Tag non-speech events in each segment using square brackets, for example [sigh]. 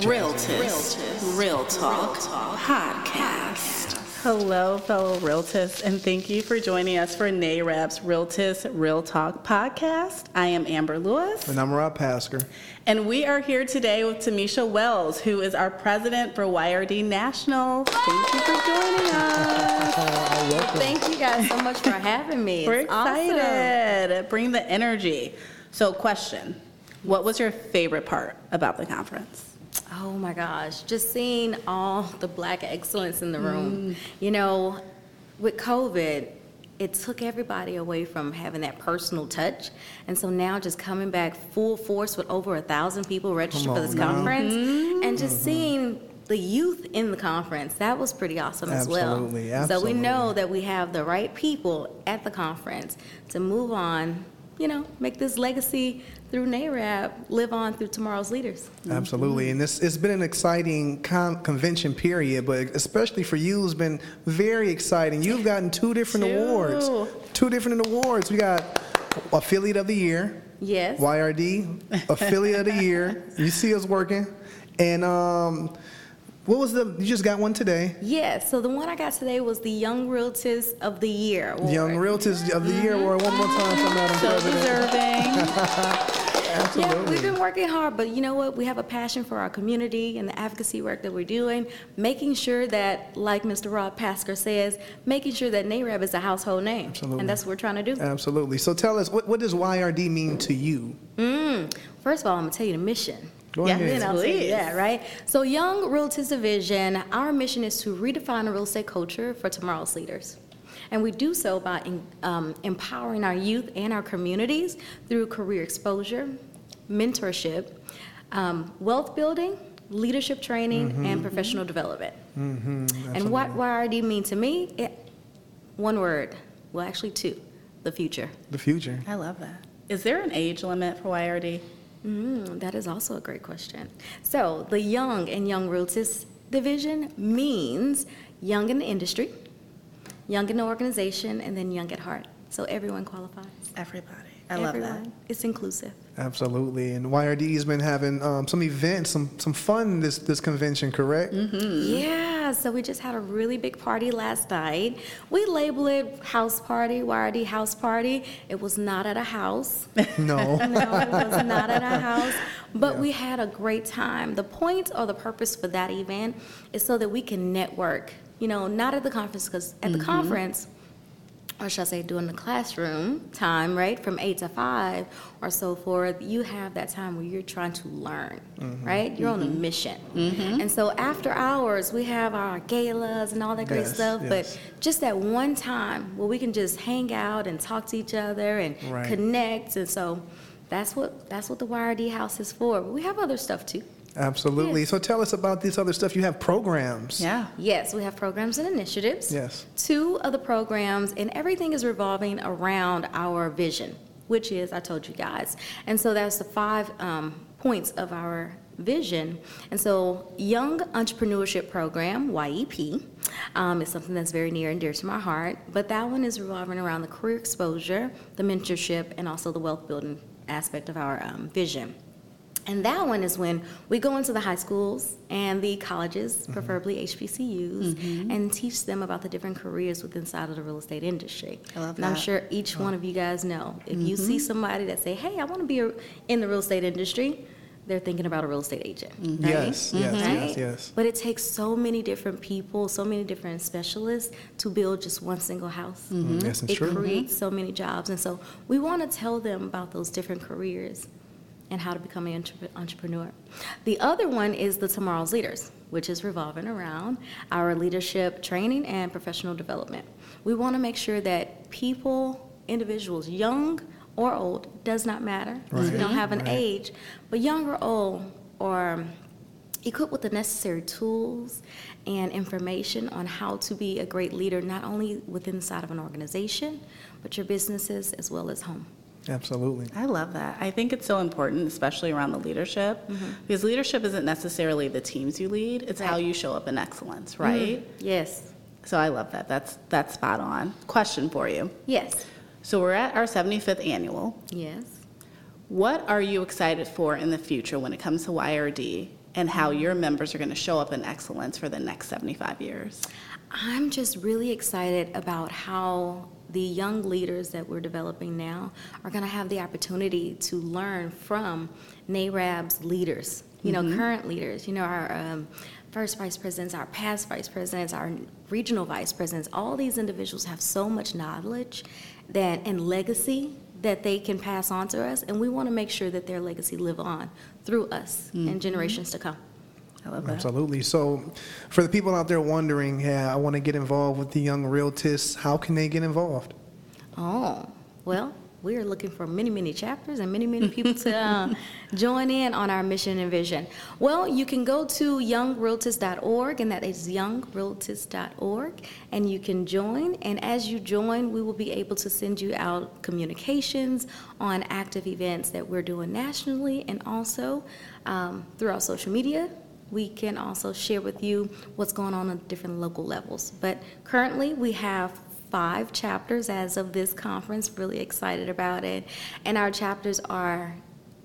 Real Realtist. Real Talk, Podcast. Hello, fellow Realtists, and thank you for joining us for NARAB's Realtist Real Talk podcast. I am Amber Lewis, And I'm Rob Pasker. and we are here today with Tamisha Wells, who is our president for YRD National. Thank you for joining us. Thank you guys so much for having [laughs] me. We're It's awesome. excited. Bring the energy. So, question What was your favorite part about the conference? Oh my gosh, just seeing all the black excellence Mm. in the room. You know, with COVID, it took everybody away from having that personal touch. And so now just coming back full force with over a thousand people registered for on this now. Mm-hmm. conference and just seeing the youth in the conference, that was pretty awesome as well. Absolutely, So we know absolutely. that we have the right people at the conference to move on, you know, make this legacy through NARAB live on through tomorrow's leaders. Absolutely. And this it's been an exciting con convention period, but especially for you, it's been very exciting. You've gotten two different Two. awards. Two different awards. We got Affiliate of the Year, Yes. YRD, Affiliate of the Year. You see us working. And um, what was the, you just got one today. Yes. So the one I got today was the Young Realtors of the Year. Award. Young Realtors of the Year Award. One more time for Madam So President. deserving. Yeah, Absolutely. we've been working hard, but you know what? We have a passion for our community and the advocacy work that we're doing, making sure that, like Mr. Rob Pasker says, making sure that NARAB is a household name. Absolutely. And that's what we're trying to do. Absolutely. So tell us, what, what does YRD mean to you? First of all, I'm gonna tell you the mission. Go Yeah, ahead. you Then I'll tell Please. you that, right? So, Young Realtors Division, our mission is to redefine the real estate culture for tomorrow's leaders. And we do so by in- um, empowering our youth and our communities through career exposure, mentorship, um, wealth building, leadership training, Mm-hmm. and professional development. And what YRD mean to me? It, one word, well, actually, two the future. The future. I love that. Is there an age limit for YRD? Mm, that is also a great question. So, the young and young realtors division means young in the industry, young in the organization, and then young at heart. So, everyone qualifies. Everybody. I love that. everyone. It's inclusive. Absolutely, and YRD's been having um, some events, some some fun this this convention, correct? Mm-hmm. Hmm. Yeah, so we just had a really big party last night. We label it house party, YRD house party. It was not at a house. [laughs] No, No, it was not at our house, but we had a great time. The point or the purpose for that event is so that we can network. You know, not at the conference because at Mm-hmm. the conference, or should I say, during the classroom time, right, from eight to five or so forth, you have that time where you're trying to learn, Mm-hmm. right? You're on a mission, and so after hours we have our galas and all that great Yes, stuff, yes. but just that one time where we can just hang out and talk to each other and Right. connect. And so that's what that's what the YRD house is for. But we have other stuff too. absolutely. Yes. So tell us about this other stuff. You have programs. Yeah. Yes, we have programs and initiatives. Yes. Two other programs, and everything is revolving around our vision, which is I told you guys. And so that's the five um, points of our vision. And so, Young Entrepreneurship Program, YEP, um, is something that's very near and dear to my heart. But that one is revolving around the career exposure, the mentorship, and also the wealth building aspect of our um, vision. And that one is when we go into the high schools and the colleges, Mm-hmm. preferably HBCUs, and teach them about the different careers within side of the real estate industry. I love and I'm that. Mm-hmm. sure each one of you guys know if you see somebody that say, "Hey, I want to be a- in the real estate industry," they're thinking about a real estate agent. Mm-hmm. right? Mm-hmm. Yes, yes, yes, Right? yes. But it takes so many different people, so many different specialists to build just one single house. Mm-hmm. Yes, it's Mm-hmm. It true. creates so many jobs. And so we want to tell them about those different careers and how to become an entre- entrepreneur. The other one is the Tomorrow's Leaders, which is revolving around our leadership training and professional development. We want to make sure that people, individuals, young or old, does not matter. 'cause We Right, don't have an right. age, but young or old, or equipped with the necessary tools and information on how to be a great leader, not only within the side of an organization, but your businesses as well as home. Absolutely. I love that. I think it's so important, especially around the leadership, because leadership isn't necessarily the teams you lead; it's how Right. you show up in excellence, right? Yes. So I love that. That's that's spot on. Question for you: Yes. So we're at our 75th annual. Yes. What are you excited for in the future when it comes to YRD and how your members are going to show up in excellence for the next 75 years? I'm just really excited about how the young leaders that we're developing now are going to have the opportunity to learn from NARAB's leaders, you know, current leaders, you know, our um, first vice presidents, our past vice presidents, our regional vice presidents. All these individuals have so much knowledge that and legacy that they can pass on to us, and we want to make sure that their legacy live on through us and generations to come. I love that. Absolutely. So, for the people out there wondering, yeah, I want to get involved with the young realtists. How can they get involved? Oh, well, we are looking for many, many chapters and many, many people to uh, join in on our mission and vision. Well, you can go to youngrealtist.org, and that is youngrealtist.org, and you can join. And as you join, we will be able to send you out communications on active events that we're doing nationally and also um, through our social media we can also share with you what's going on at different local levels. But currently, we have five chapters as of this conference. Really excited about it. And our chapters are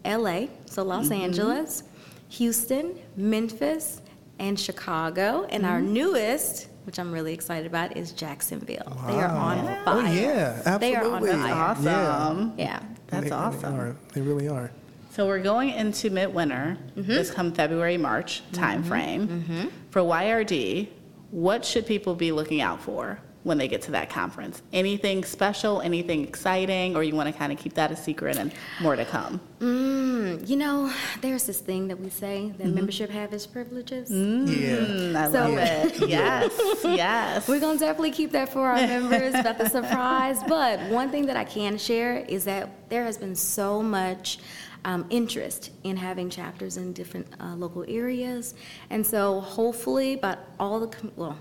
LA, so Los Mm-hmm. Angeles, Houston, Memphis, and Chicago. And our Mm-hmm. newest, which I'm really excited about, is Jacksonville. They are on Wow. fire. Oh yeah, absolutely. They are on fire. That's Yeah. awesome. Yeah. That's They- they awesome. are. They really are. So we're going into midwinter this come February, March timeframe. For YRD, what should people be looking out for when they get to that conference? Anything special, anything exciting, or you want to kind of keep that a secret and more to come? Mm, you know, there's this thing that we say that Mm-hmm. membership have its privileges. Yeah. Mm, I So- love it. Yes, yes. We're gonna definitely keep that for our members about the surprise. But one thing that I can share is that there has been so much um, interest in having chapters in different uh, local areas, and so hopefully, but all the com- well,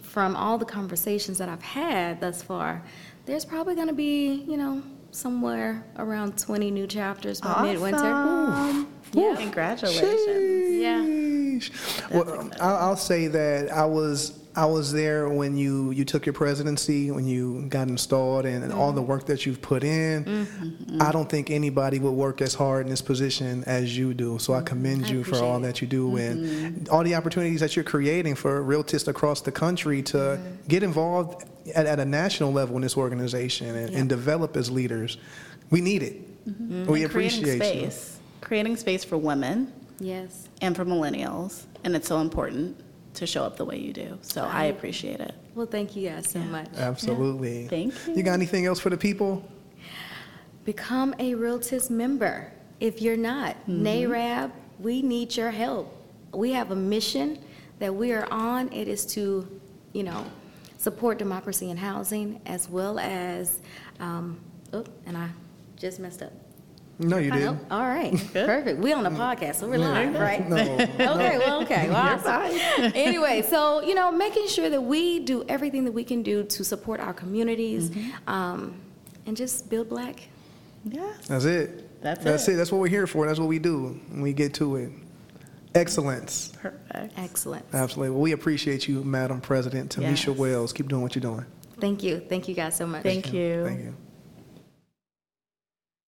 from all the conversations that I've had thus far, there's probably gonna be you know somewhere around 20 new chapters by midwinter. Awesome. Yeah. Congratulations. Yeah. Sheesh. Well, I'll, I'll say that I was I was there when you you took your presidency, when you got installed, and, and all the Mm-hmm. work that you've put in. I don't think anybody would work as hard in this position as you do. So I commend Mm-hmm. I you for all appreciate it. Mm-hmm. that you do and all the opportunities that you're creating for realtists across the country to get involved at, at a national level in this organization and, and develop as leaders. We need it. Mm-hmm. We And appreciate creating you. space. Creating space for women Yes. and for millennials, and it's so important to show up the way you do. So I appreciate it. Well, thank you guys so much. Absolutely. Thank You got anything else for the people? Become a Realtors member. If you're not, NARAB, we need your help. We have a mission that we are on. It is to, you know, support democracy in housing as well as, um, oh, and I just messed up. No, you Oh, didn't. All right, perfect. We on the podcast, so we're live, right? No. [laughs] Okay, well, okay, well, awesome. Anyway, so you know, making sure that we do everything that we can do to support our communities, um, and just build black. Yeah. That's it. That's That's it. it. That's what we're here for. That's what we do. When we get to it. Excellence. Perfect. Excellent. Absolutely. Well, we appreciate you, Madam President Tamisha Yes. Wells. Keep doing what you're doing. Thank you. Thank you guys so much. Thank you. Thank you.